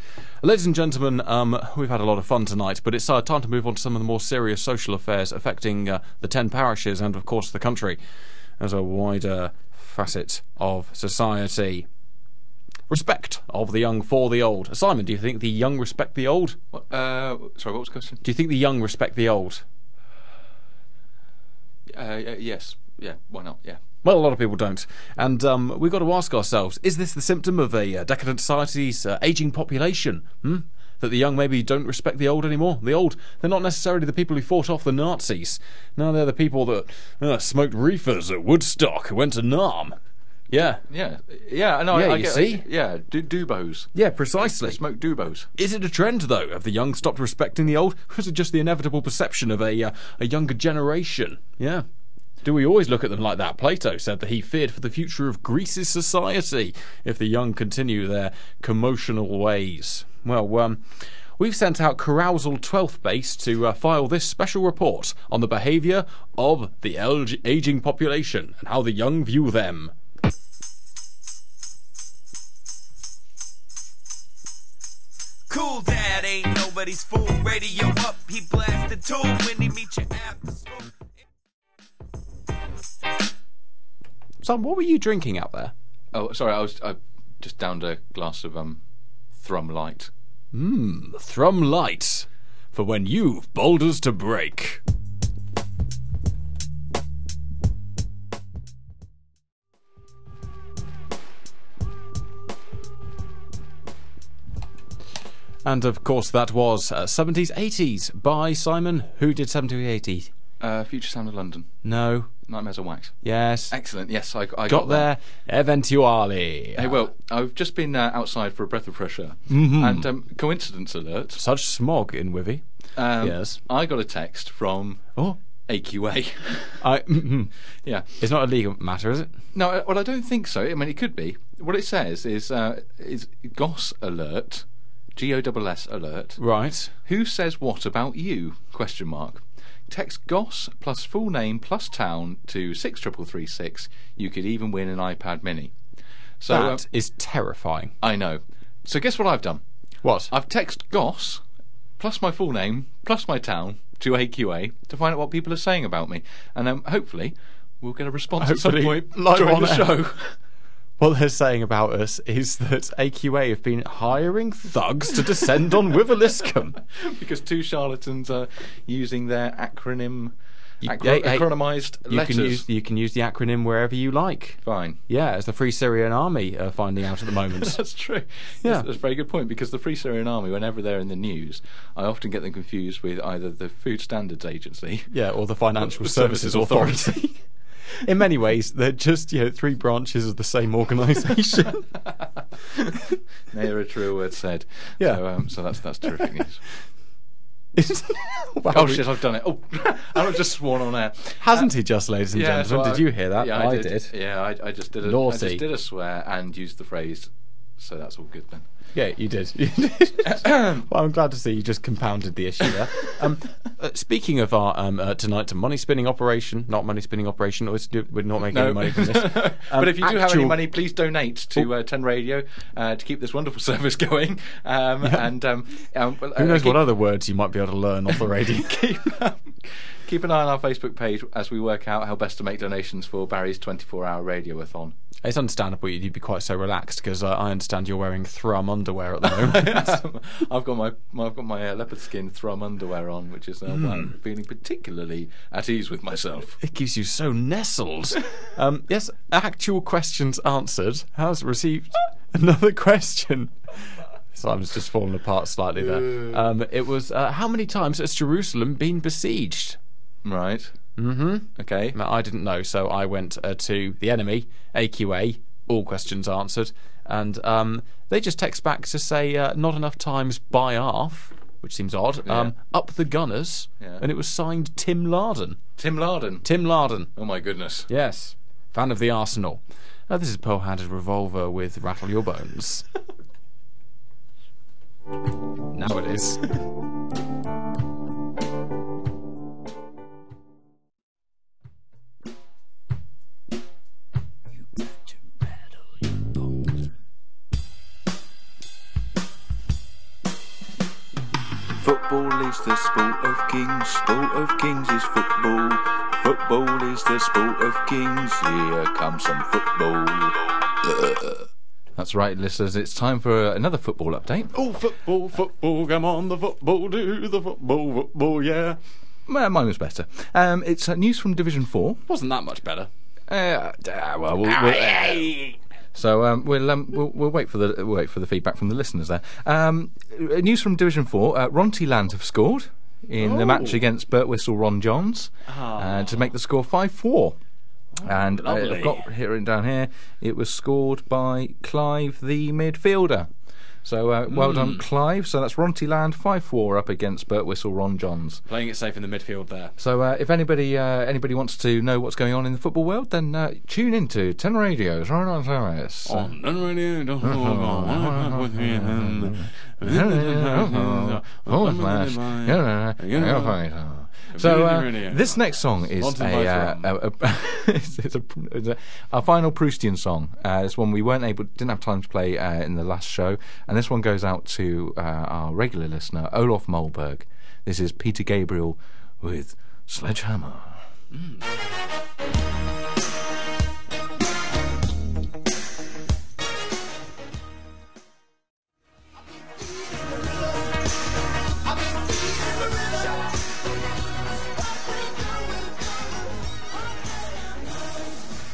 S4: Ladies and gentlemen, um, we've had a lot of fun tonight, but it's uh, time to move on to some of the more serious social affairs affecting uh, the ten parishes and, of course, the country as a wider facet of society. Respect of the young for the old. Simon, do you think the young respect the old?
S7: What, uh, sorry, what was the question?
S4: Do you think the young respect the old?
S7: Uh, y- yes. Yeah. Why not? Yeah.
S4: Well, a lot of people don't. And um, we've got to ask ourselves is this the symptom of a uh, decadent society's uh, ageing population? Hmm? That the young maybe don't respect the old anymore? The old, they're not necessarily the people who fought off the Nazis. No, they're the people that uh, smoked reefers at Woodstock, who went to NARM. Yeah.
S7: Yeah. Oh, Yeah. No, I-
S4: Yeah,
S7: I
S4: you
S7: get-
S4: see?
S7: Yeah. Du- dubos.
S4: Yeah, precisely.
S7: Smoke dubos.
S4: Is it a trend, though? Have the young stopped respecting the old? Or is it just the inevitable perception of a, uh, a younger generation? Yeah. Do we always look at them like that? Plato said that he feared for the future of Greece's society if the young continue their commotional ways. Well, um, we've sent out Carousal 12th Base to uh, file this special report on the behaviour of the elg- ageing population and how the young view them.
S17: Cool dad ain't nobody's fool. Radio up, he blast the tune when he meet you after school.
S4: Sam, what were you drinking out there?
S7: Oh, sorry. I was I just downed a glass of um, Thrum Light.
S4: Mmm, Thrum Light. For when you've boulders to break. And of course, that was uh, 70s, 80s by Simon. Who did 70s, 80s?
S7: Uh, Future Sound of London.
S4: No.
S7: Nightmares on Wax.
S4: Yes.
S7: Excellent. Yes, I, I got,
S4: got,
S7: that.
S4: there eventually.
S7: Hey, well, I've just been uh, outside for a breath of fresh air,
S4: Mhm.
S7: and um, coincidence alert.
S4: Such smog in Wivy.
S7: Um,
S4: Yes.
S7: I got a text from
S4: Oh.
S7: AQA.
S4: I, mhm.
S7: yeah.
S4: It's not a legal matter, is it?
S7: No, uh, well, I don't think so. I mean, it could be. What it says is uh, is GOSS alert, G O double S alert.
S4: Right.
S7: Who says what about you? Question mark. Text GOSS plus full name plus town to six triple three six. You could even win an iPad Mini. So
S4: That is
S7: um,
S4: terrifying.
S7: I know. So guess what I've done?
S4: What?
S7: I've texted Goss plus my full name plus my town to AQA to find out what people are saying about me, and um, hopefully we'll get a response at some
S4: Hopefully,
S7: point
S4: live
S7: during
S4: on
S7: the
S4: air.
S7: show.
S4: What they're saying about us is that AQA have been hiring thugs to descend on Wiveliscombe.
S7: because two charlatans are using their acronym,
S4: You-
S7: acro-
S4: hey, hey,
S7: acronymized
S4: You
S7: letters.
S4: can use you can use the acronym wherever you like.
S7: Fine.
S4: Yeah, as the Free Syrian Army are finding out at the moment.
S7: That's true.
S4: Yeah.
S7: That's, that's a very good point because the Free Syrian Army, whenever they're in the news, I often get them confused with either the Food Standards Agency.
S4: yeah, or the Financial
S7: The
S4: Services
S7: Services
S4: Authority. In many ways, they're just you know three branches of the same organisation.
S7: Neither a true word said.
S4: Yeah.
S7: So, um, so that's that's terrific news.
S4: Wow,
S7: Oh
S4: we-
S7: shit! I've done it. Oh, and I've just sworn on air.
S4: Hasn't he just, ladies and
S7: Yeah,
S4: gentlemen?
S7: so I-
S4: did you hear that?
S7: Yeah, I, did. Yeah, I, I just did a I
S4: Naughty.
S7: just did a swear and used the phrase. So that's all good then.
S4: Yeah, you did. You did. well, I'm glad to see you just compounded the issue there. Um, uh, speaking of our um, uh, tonight to money spinning operation, not money spinning operation, or it's- we're not making any money from this. Um,
S7: but if you do have any
S4: actual- Oh.
S7: money, please donate to uh, Ten Radio uh, to keep this wonderful service going. Um, And um, um, well,
S4: who
S7: uh,
S4: knows
S7: keep,
S4: what other words you might be able to learn off the radio?
S7: keep, um, keep an eye on our Facebook page as we work out how best to make donations for Barry's 24-hour radioathon.
S4: it's understandable you'd be quite so relaxed because uh, I understand you're wearing thrum underwear at the moment.
S7: I've got my, my I've got my uh, leopard skin thrum underwear on, which is uh,
S4: Hmm.
S7: why I'm feeling particularly at ease with myself.
S4: It gives you so nestled. Um, yes, actual questions answered. Has received another question. Simon's just fallen apart slightly there. Um, it was uh, how many times has Jerusalem been besieged?
S7: Right.
S4: Mm-hmm.
S7: Okay.
S4: Now, I didn't know, so I went uh, to the enemy AQA. All questions answered, and um, they just text back to say uh, not enough times by half.
S2: which seems odd. Um, up the Gunners,
S7: Yeah.
S2: and it was signed Tim Larden.
S7: Tim Larden.
S2: Tim Larden.
S7: Oh my goodness.
S2: Yes, fan of the Arsenal. Uh, this is Pearl-handed revolver with rattle your bones. now it is.
S11: Football is the sport of kings, sport of kings is football. Football is the sport of kings, here comes some football.
S7: Uh. That's right, listeners. It's time for another football update.
S2: Oh, football, football, come on, the football, do the football, football, yeah.
S7: Uh, Mine was better. Um, it's uh, news from Division Four.
S2: Wasn't that much better.
S7: Uh, d- ah, well, we'll, we'll- so um, we'll, um, we'll we'll wait for the we'll wait for the feedback from the listeners there. Um, uh, news from Division Four: uh, Ronty Land have scored in the match
S2: Oh.
S7: against Burtwhistle Ron Johns uh, to make the score five four. And uh,
S2: lovely.
S7: I've got here and down here. It was scored by Clive, the midfielder. So uh, well
S2: Hmm.
S7: done, Clive. So that's Ronty Land five four up against Burtwhistle Ron Johns.
S2: Playing it safe in the midfield there.
S7: So uh, if anybody uh, anybody wants to know what's going on in the football world, then uh, tune into Ten Radios. Right on Terrace. Uh-huh. So uh, this next song is
S2: Onto
S7: a,
S2: my
S7: uh,
S2: throne.
S7: a, a- it's, it's a, it's a our final Proustian song. Uh, it's one we weren't able, didn't have time to play uh, in the last show, and this one goes out to uh, our regular listener Olaf Molberg. This is Peter Gabriel with Sledgehammer.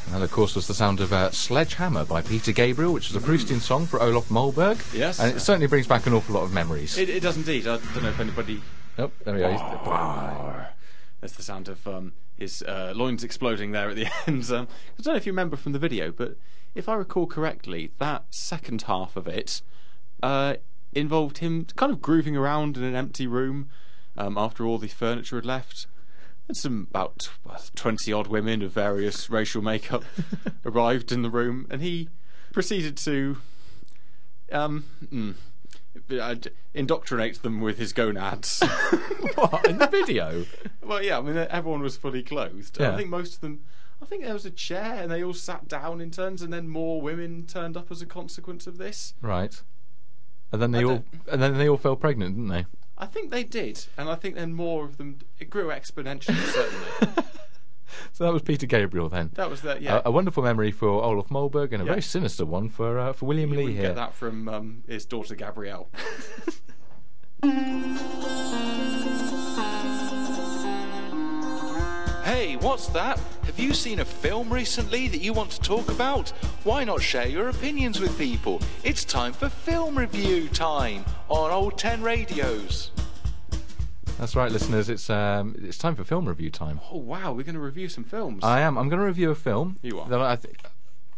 S7: And that, of course, was the sound of uh, Sledgehammer by Peter Gabriel, which is a Proustian song for Olaf Molberg.
S2: Yes.
S7: And it certainly brings back an awful lot of memories.
S2: It, it does indeed. I don't know if anybody.
S7: oh, there we go.
S2: That's the sound of um, his uh, loins exploding there at the end. Um, I don't know if you remember from the video, but if I recall correctly, that second half of it uh, involved him kind of grooving around in an empty room um, after all the furniture had left. And some about twenty odd women of various racial makeup arrived in the room, and he proceeded to um, mm, uh, d- indoctrinate them with his gonads.
S7: What? In the video?
S2: Well, yeah, I mean, everyone was fully clothed.
S7: Yeah.
S2: I think most of them. I think there was a chair, and they all sat down in turns, and then more women turned up as a consequence of this.
S7: Right. And then they
S2: I
S7: all
S2: don't-
S7: and then they all fell pregnant, didn't they?
S2: I think they did, and I think then more of them. It grew exponentially, certainly.
S7: So that was Peter Gabriel then.
S2: that was the yeah.
S7: A, a wonderful memory for Olaf Molberg and a
S2: Yeah.
S7: very sinister one for uh, for William
S2: we
S7: Lee here.
S2: get that from um, his daughter Gabrielle.
S18: Hey, what's that? Have you seen a film recently that you want to talk about? Why not share your opinions with people? It's time for film review time on Old 10 Radios.
S7: That's right, listeners. It's um it's time for film review time.
S2: oh wow, we're going to review some films.
S7: I am. I'm going to review a film.
S2: You are.
S7: That I th-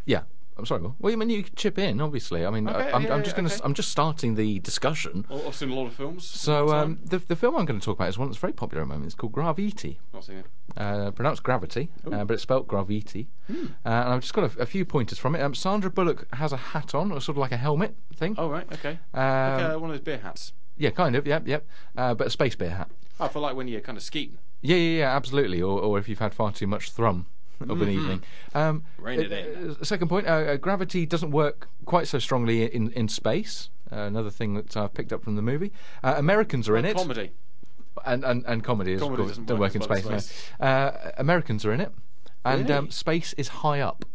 S7: yeah. I'm sorry. Will. Well, I mean, you can chip in, obviously. I mean,
S2: Okay,
S7: I, I'm,
S2: yeah,
S7: I'm just
S2: yeah,
S7: going to.
S2: okay.
S7: I'm just starting the discussion.
S2: Well, I've seen a lot of films.
S7: So
S2: Time.
S7: um, the the film I'm going to talk about is one that's very popular at the moment. It's called Gravity.
S2: not seen it.
S7: uh, pronounced gravity, uh, but it's spelt gravity.
S2: Hmm.
S7: Uh, and I've just got a, a few pointers from it. Um, Sandra Bullock has a hat on, or sort of like a helmet thing.
S2: Oh right, okay.
S7: Um,
S2: like, uh, one of those beer hats.
S7: Yeah, kind of. Yep, yep. Uh, but a space beer hat.
S2: I feel like when you're kind of skeeting.
S7: Yeah, yeah, yeah, absolutely. Or, or if you've had far too much thrum of an evening. Um,
S2: Rein Mm-hmm. it in.
S7: uh, Second point: uh, uh, gravity doesn't work quite so strongly in in space. Uh, another thing that I've picked up from the movie. Uh, Americans are in it,
S2: Comedy.
S7: and and, and comedy, is, of
S2: Comedy
S7: course,
S2: doesn't
S7: don't
S2: work
S7: work in
S2: as well
S7: space.
S2: as space.
S7: no. Uh, Americans are in it, and
S2: Really?
S7: um, space is high up.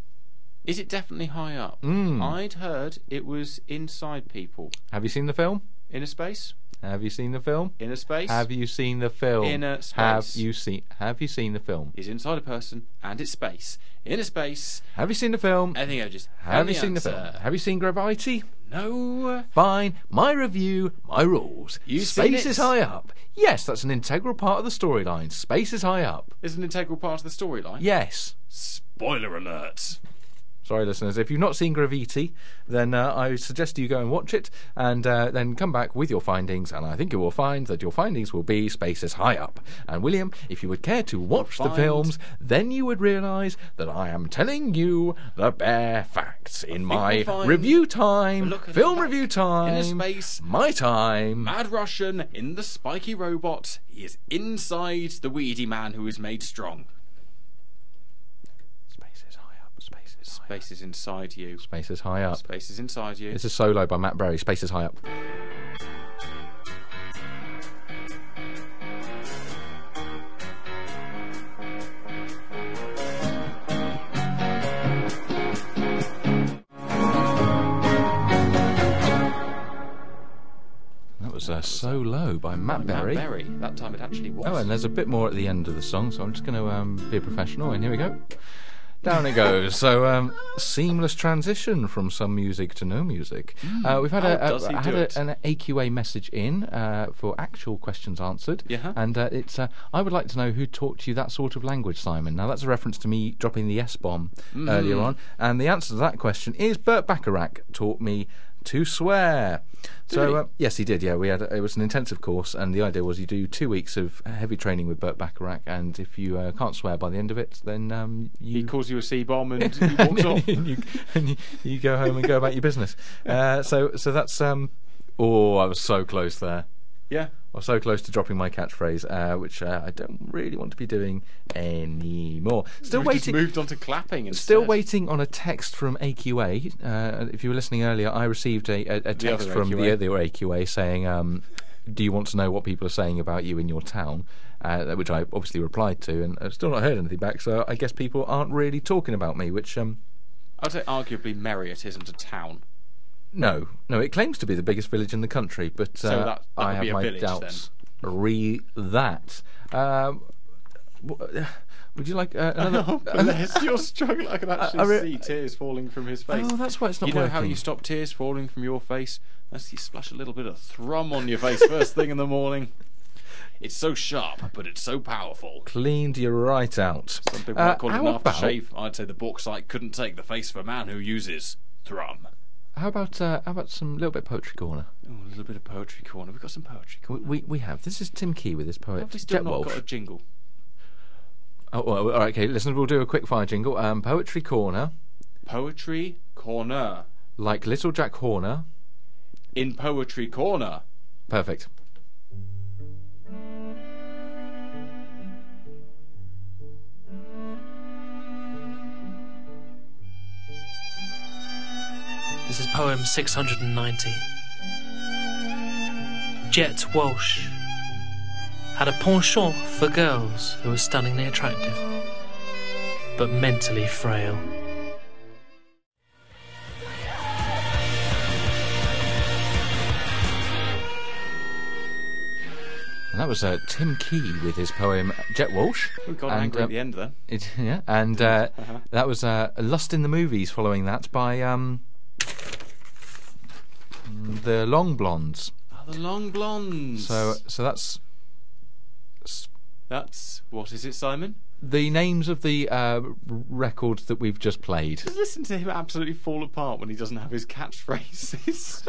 S2: Is it definitely high up?
S7: Hmm.
S2: I'd heard it was inside people.
S7: Have you seen the film?
S2: Inner space?
S7: Have you seen the film?
S2: Inner space?
S7: Have you seen the film?
S2: Inner space.
S7: Have you seen? Have you seen the film?
S2: Is inside a person and it's space. Inner space.
S7: Have you seen the film?
S2: I think I've just.
S7: Have you seen the film? Have you seen Gravity?
S2: No.
S7: Fine. My review. My rules.
S2: You seen
S7: space
S2: it?
S7: is high up. Yes, that's an integral part of the storyline. Space is high up.
S2: Is an integral part of the storyline.
S7: Yes.
S2: Spoiler alert.
S7: Sorry, listeners. If you've not seen Gravity, then uh, I suggest you go and watch it and uh, then come back with your findings. And I think you will find that your findings will be spaces high up. And William, if you would care to watch the
S2: find.
S7: films, then you would realise that I am telling you the bare facts in my
S2: we'll find-
S7: review time,
S2: Look at
S7: film
S2: the-
S7: review time,
S2: Inner space.
S7: my time.
S2: Mad Russian in the spiky robot. He is inside the weedy man who is made strong.
S7: Spaces high up. Spaces.
S2: Space is inside you.
S7: Spaces high up.
S2: Space is inside you.
S7: It's a solo by Matt Berry. Spaces high up. That was uh, so low by Matt
S2: Matt
S7: Berry.
S2: Berry. That time it actually was.
S7: Oh, and there's a bit more at the end of the song, so I'm just going to um, be a professional. And here we go. Down it goes. So um, seamless transition from some music to no music. uh, we've had
S2: Hmm. How
S7: a, a,
S2: does he
S7: I
S2: do
S7: had
S2: it?
S7: a, an AQA message in uh, for actual questions answered.
S2: Yeah.
S7: And uh, it's uh, I would like to know who taught you that sort of language, Simon. Now that's a reference to me dropping the S bomb
S2: Mm.
S7: earlier on. And the answer to that question is Bert Bacharach taught me to swear. so
S2: he?
S7: Uh, yes, he did. Yeah, we had it was an intensive course, and the idea was you do two weeks of heavy training with Bert Bacharach, and if you uh, can't swear by the end of it, then um, you
S2: He calls you a C bomb and he walks off.
S7: and you, and you, you go home and go about your business. Uh, so so that's um. Oh, I was so close there.
S2: Yeah.
S7: I was so close to dropping my catchphrase, uh, which uh, I don't really want to be doing anymore. Still
S2: We've just
S7: waiting.
S2: moved on to clapping and
S7: Still waiting on a text from AQA. Uh, if you were listening earlier, I received a, a, a text
S2: other
S7: from the
S2: AQA.
S7: other AQA saying, um, "Do you want to know what people are saying about you in your town?" Uh, which I obviously replied to, and I've still not heard anything back. So I guess people aren't really talking about me. Which um,
S2: I'd say arguably Merriot isn't a town.
S7: no, no, it claims to be the biggest village in the country, but uh,
S2: So that- that
S7: I
S2: would
S7: have
S2: be a
S7: my
S2: village,
S7: doubts. Re that. Um, w- would you like uh, another?
S2: Unless Oh, you're struggling, I can actually
S7: I re-
S2: see tears falling from his face.
S7: Oh, that's why it's not
S2: You know how
S7: working.
S2: you stop tears falling from your face? That's you splash a little bit of thrum on your face first thing in the morning. It's so sharp, but it's so powerful.
S7: Cleaned you right out.
S2: Some people
S7: Uh,
S2: might call it an
S7: how about-
S2: aftershave. I'd say the bauxite couldn't take the face of a man who uses thrum.
S7: How about uh, how about some little bit of poetry corner?
S2: Oh, a little bit of poetry corner. We've got some poetry
S7: We,
S2: corner.
S7: we, we have. This is Tim Key with his poet.
S2: Have we still
S7: Jet
S2: not
S7: Walsh.
S2: got a jingle?
S7: Oh, well, all right, okay, listeners, we'll do a quick fire jingle. Um, poetry corner,
S2: Poetry corner.
S7: like Little Jack Horner.
S2: In poetry corner.
S7: Perfect.
S19: This is poem 690. Jet Walsh had a penchant for girls who were stunningly attractive, but mentally frail.
S7: And that was uh, Tim Key with his poem Jet Walsh.
S2: We got
S7: And,
S2: angry
S7: uh,
S2: at the end Uh-huh. then.
S7: It, yeah, and uh, that was uh, Lust in the Movies. Following that by um, the Long Blondes.
S2: Oh, the long blondes.
S7: So so that's
S2: that's what is it, Simon?
S7: the names of the uh, record that we've just played.
S2: Just listen to him absolutely fall apart when he doesn't have his catchphrases.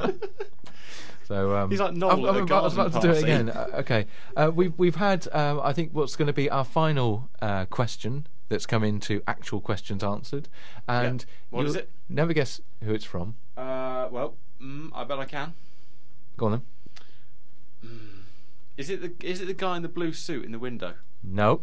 S7: So um,
S2: He's like Noel
S7: I'm,
S2: at a
S7: I'm about, I was about to
S2: garden
S7: do it
S2: party.
S7: again. Uh, okay, uh, we've we've had uh, I think what's going to be our final uh, question that's come into actual questions answered, and
S2: What
S7: you'll
S2: is it?
S7: Never guess who it's from.
S2: uh, well, mm, I bet I can.
S7: Go on then.
S2: Is it the is it the guy in the blue suit in the window?
S7: No.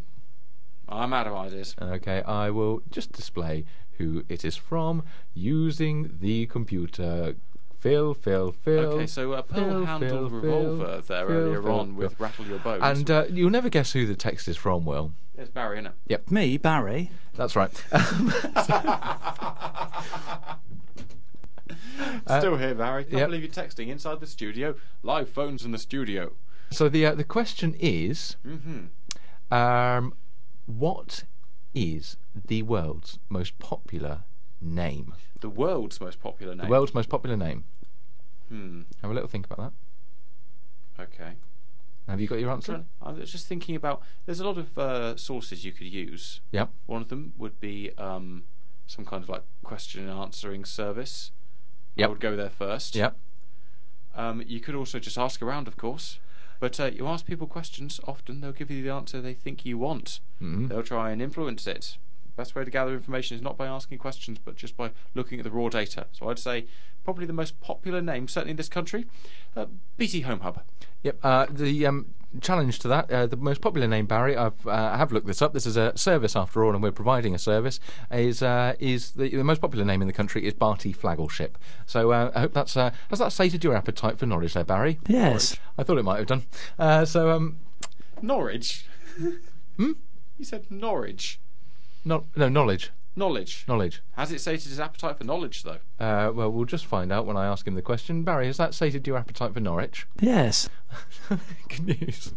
S2: I'm out of ideas.
S7: Okay, I will just display who it is from using the computer. Phil, Phil, Phil.
S2: Okay, so a pearl
S7: Phil,
S2: handled
S7: Phil,
S2: revolver
S7: Phil,
S2: there
S7: Phil,
S2: earlier
S7: Phil,
S2: on with
S7: Phil.
S2: rattle your bones.
S7: And uh, you'll never guess who the text is from, Will.
S2: it's Barry, isn't it?
S7: Yep.
S12: Me, Barry.
S7: That's right.
S2: Still here, Barry. Can't
S7: yep.
S2: believe you're texting inside the studio. Live phones in the studio.
S7: So the uh, the question is,
S2: Mhm.
S7: um, what is the world's most popular name?
S2: The world's most popular name.
S7: The world's most popular name.
S2: Hmm.
S7: Have a little think about
S2: Okay.
S7: that. Have you got your answer?
S2: Trying- I was just thinking about. There's a lot of uh, sources you could use.
S7: Yep.
S2: One of them would be um, some kind of like question and answering service. I
S3: Yep.
S2: would go there first.
S3: Yep.
S2: Um, you could also just ask around, of course. But uh, you ask people questions, often they'll give you the answer they think you want.
S3: Mhm.
S2: They'll try and influence it. Best way to gather information is not by asking questions, but just by looking at the raw data. So I'd say probably the most popular name, certainly in this country, uh, BT Home Hub.
S3: Yep. Uh, the um, challenge to that, uh, the most popular name, Barry. I've uh, I have looked this up. This is a service after all, and we're providing a service. Is uh, is the, the most popular name in the country is Barty Flaggleship. So uh, I hope that's uh, has that sated your appetite for Norwich there, Barry?
S12: Yes.
S3: I thought it might have done. Uh, so um,
S2: Norwich.
S3: Hmm?
S2: You said Norwich.
S3: no, no knowledge,
S2: Knowledge.
S3: knowledge.
S2: Has it sated his appetite for knowledge, though?
S3: Uh, well, we'll just find out when I ask him the question. Barry, has that sated your appetite for Norwich?
S12: Yes.
S3: Good news.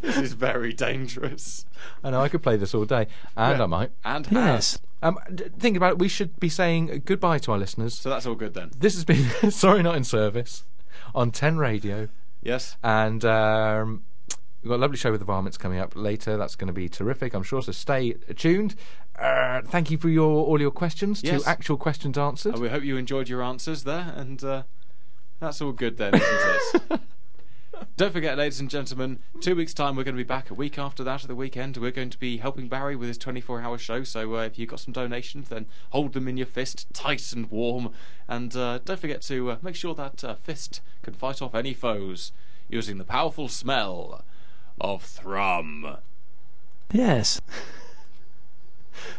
S2: this is very dangerous.
S3: I know I could play this all day, and
S2: Yeah.
S3: I might.
S2: And has.
S12: Yes.
S3: Um, d- think about it. We should be saying goodbye to our listeners.
S2: So that's all good then.
S3: This has been sorry, not in service on Ten Radio,
S2: Yes.
S3: and um, we've got a lovely show with the Varmints coming up later. That's going to be terrific, I'm sure. So stay tuned. Uh, thank you for your all your questions.
S2: Yes.
S3: To actual questions answered.
S2: And we hope you enjoyed your answers there, and uh, that's all good then, isn't it? Don't forget, ladies and gentlemen, two weeks' time we're going to be back. A week after that, at the weekend, we're going to be helping Barry with his 24 hour show. So uh, if you've got some donations, then hold them in your fist, tight and warm. And uh, don't forget to uh, make sure that uh, fist can fight off any foes using the powerful smell of thrum.
S12: Yes.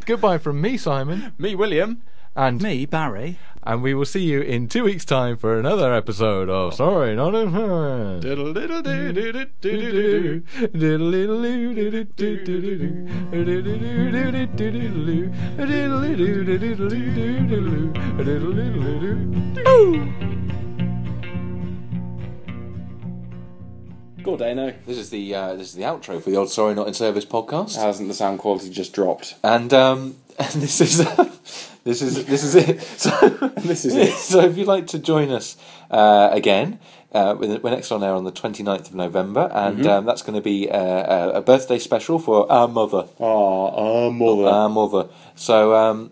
S3: Goodbye from me, Simon,
S2: Me, William.
S3: and
S12: Me, Barry.
S3: and we will see you in two weeks' time for another episode of Sorry, not in service.
S2: Diddle diddle doo doo doo doo doo doo.
S3: Good
S1: Good day, no.
S7: This is the uh, this is the outro for the old Sorry Not in Service podcast.
S1: Hasn't the sound quality just dropped?
S7: and um, and this is uh, this is this is it. So
S1: this is it.
S7: So if you'd like to join us uh, again. Uh, we're we're next on air on the 29th of November, and
S1: Mm-hmm.
S7: um, that's going to be uh, a, a birthday special for our mother.
S1: Ah, ah, mother.
S7: Our mother. So, um,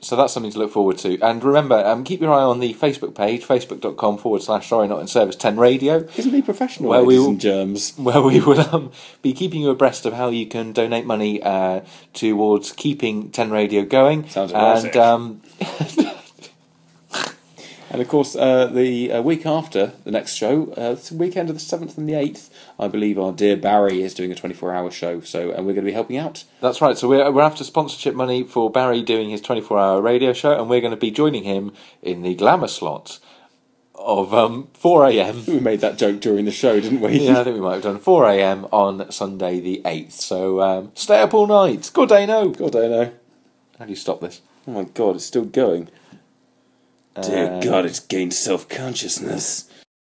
S7: so that's something to look forward to. And remember, um, keep your eye on the Facebook page, facebook.com forward slash sorry not in service 10 radio.
S1: Isn't he professional?
S7: Well,
S1: ladies
S7: we-
S1: and germs.
S7: where we will um, be keeping you abreast of how you can donate money uh, towards keeping 10 Radio going.
S1: Sounds
S7: And
S1: aggressive.
S7: um,
S1: And of course, uh, the uh, week after the next show, uh, it's the weekend of the seventh and the eighth, I believe our dear Barry is doing a twenty-four hour show. So, and we're going to be helping out.
S7: that's right, so we're, we're after sponsorship money for Barry doing his 24 hour radio show, and we're going to be joining him in the glamour slot of um, 4 a.m.
S1: We made that joke during the show, didn't we?
S7: Yeah, I think we might have done 4 a.m. on Sunday the 8th. So um, stay up all night. Good day, no.
S1: God, I know.
S7: How do you stop this?
S1: Uh, Oh my God, it's still going. Dear God, it's gained self consciousness.